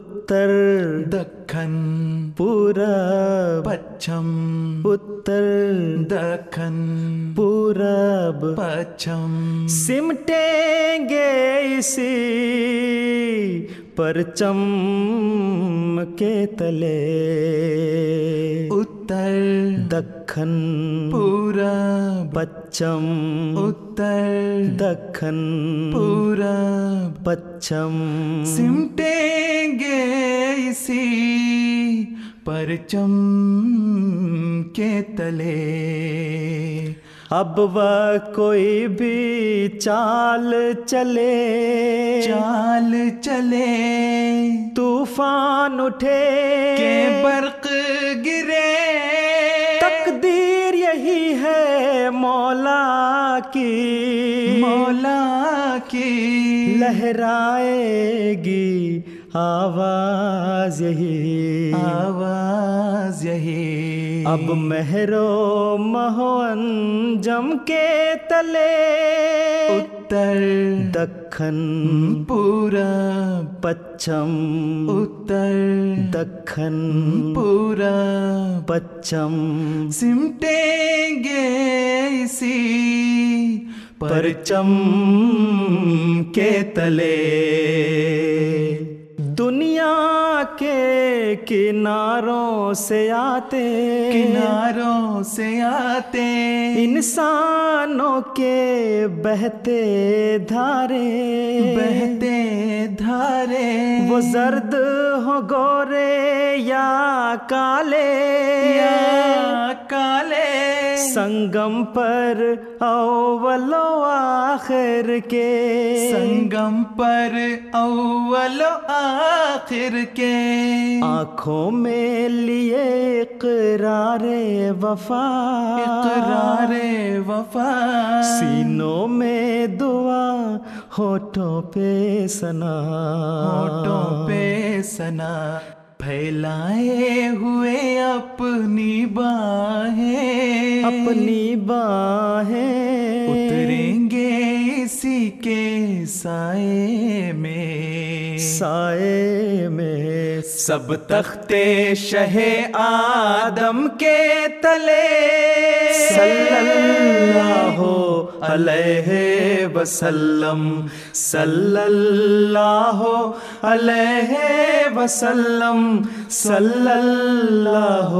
اتر دکن پورب پچھم اتر دکن پورب پچھم سمٹیں گے اسی پرچم کے تلے اتر دکن پورب پچم اتر دکن پورب پچم سمٹیں گے اسی پرچم کے تلے اب وہ کوئی بھی چال چلے چال چلے طوفان اٹھے کے برق گرے تقدیر یہی ہے مولا کی مولا کی لہرائے گی آواز یہی آواز یہی اب مہرو مہون جم کے تلے اتر دکن پورب پچھم اتر دکن پورب پچھم سمٹیں گے اسی پرچم کے تلے دنیا کے کناروں سے آتے کناروں سے آتے انسانوں کے بہتے دھارے بہتے دھارے وہ زرد ہو گورے یا کالے یا کالے سنگم پر اول و آخر کے سنگم پر اول و آخر کے آنکھوں میں لیے اقرار وفا اقرار وفا Ah. سینوں میں دعا ہوٹوں پہ سنا ہوٹوں پہ سنا پھیلائے ہوئے اپنی باہیں اپنی باہیں اتریں گے اسی کے سائے میں سائے میں سب تختے شہ آدم کے تلے صلی اللہ علیہ وسلم صلی اللہ علیہ وسلم صلی اللہ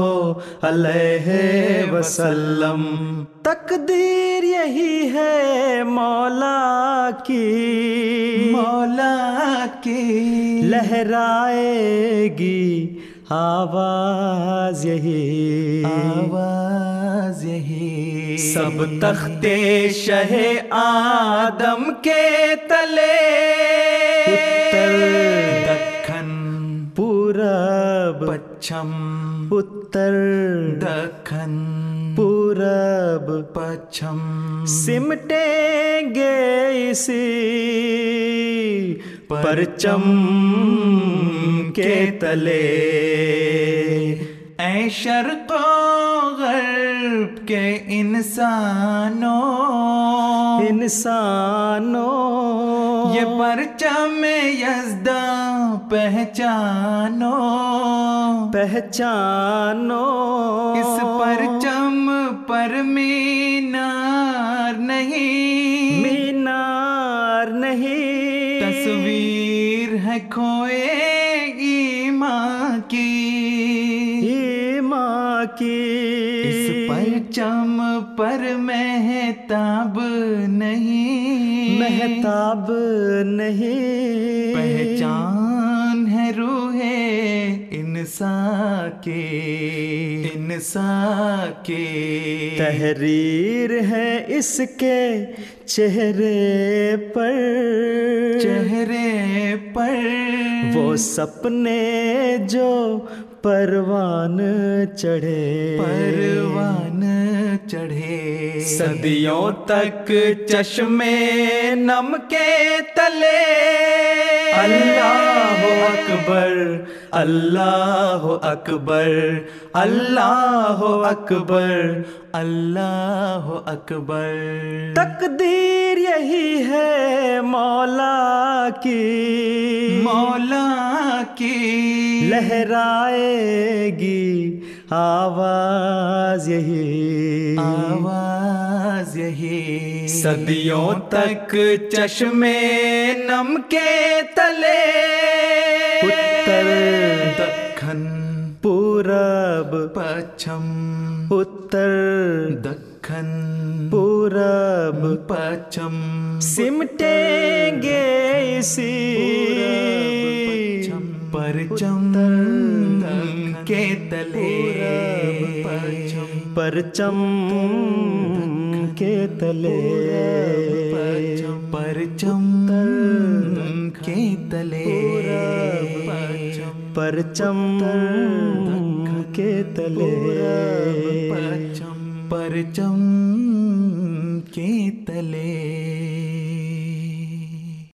علیہ وسلم تقدیر یہی ہے مولا کی مولا کی لہرائے گی آواز یہی آواز یہی سب تختے شہ آدم کے تلے اتر دکن پورب پچھم اتر دکن پورب پچھم سمٹیں گے اسی پرچم کے تلے اے شرق و غرب کے انسانوں انسانوں یہ پرچم یزداں پہچانو پہچانو اس پرچم پر مینار نہیں مینار نہیں تصویر ہے کھوئے ایمان کی یہ ماں اس کی پرچم پر مہتاب نہیں محتاب نہیں پہچان ہے روح انسان کے انسان کے تحریر ہے اس کے چہرے پر چہرے پر وہ سپنے جو پروان چڑھے پروان چڑھے صدیوں تک چشمے نم کے تلے اللہ اکبر اللہ اکبر اللہ اکبر اللہ اکبر تقدیر یہی ہے مولا کی مولا کی لہرائے گی آواز یہی آواز یہی صدیوں تک چشمے نم کے تلے اتر دکن پورب پچھم اتر دکن پورب پچھم سمٹیں گے اسی پچھم پرچم کے تلے پچھم پرچم کے تلے پرچم پرچم کے تلے پرچم پرچم کے تلے پرچم پرچم کے تلے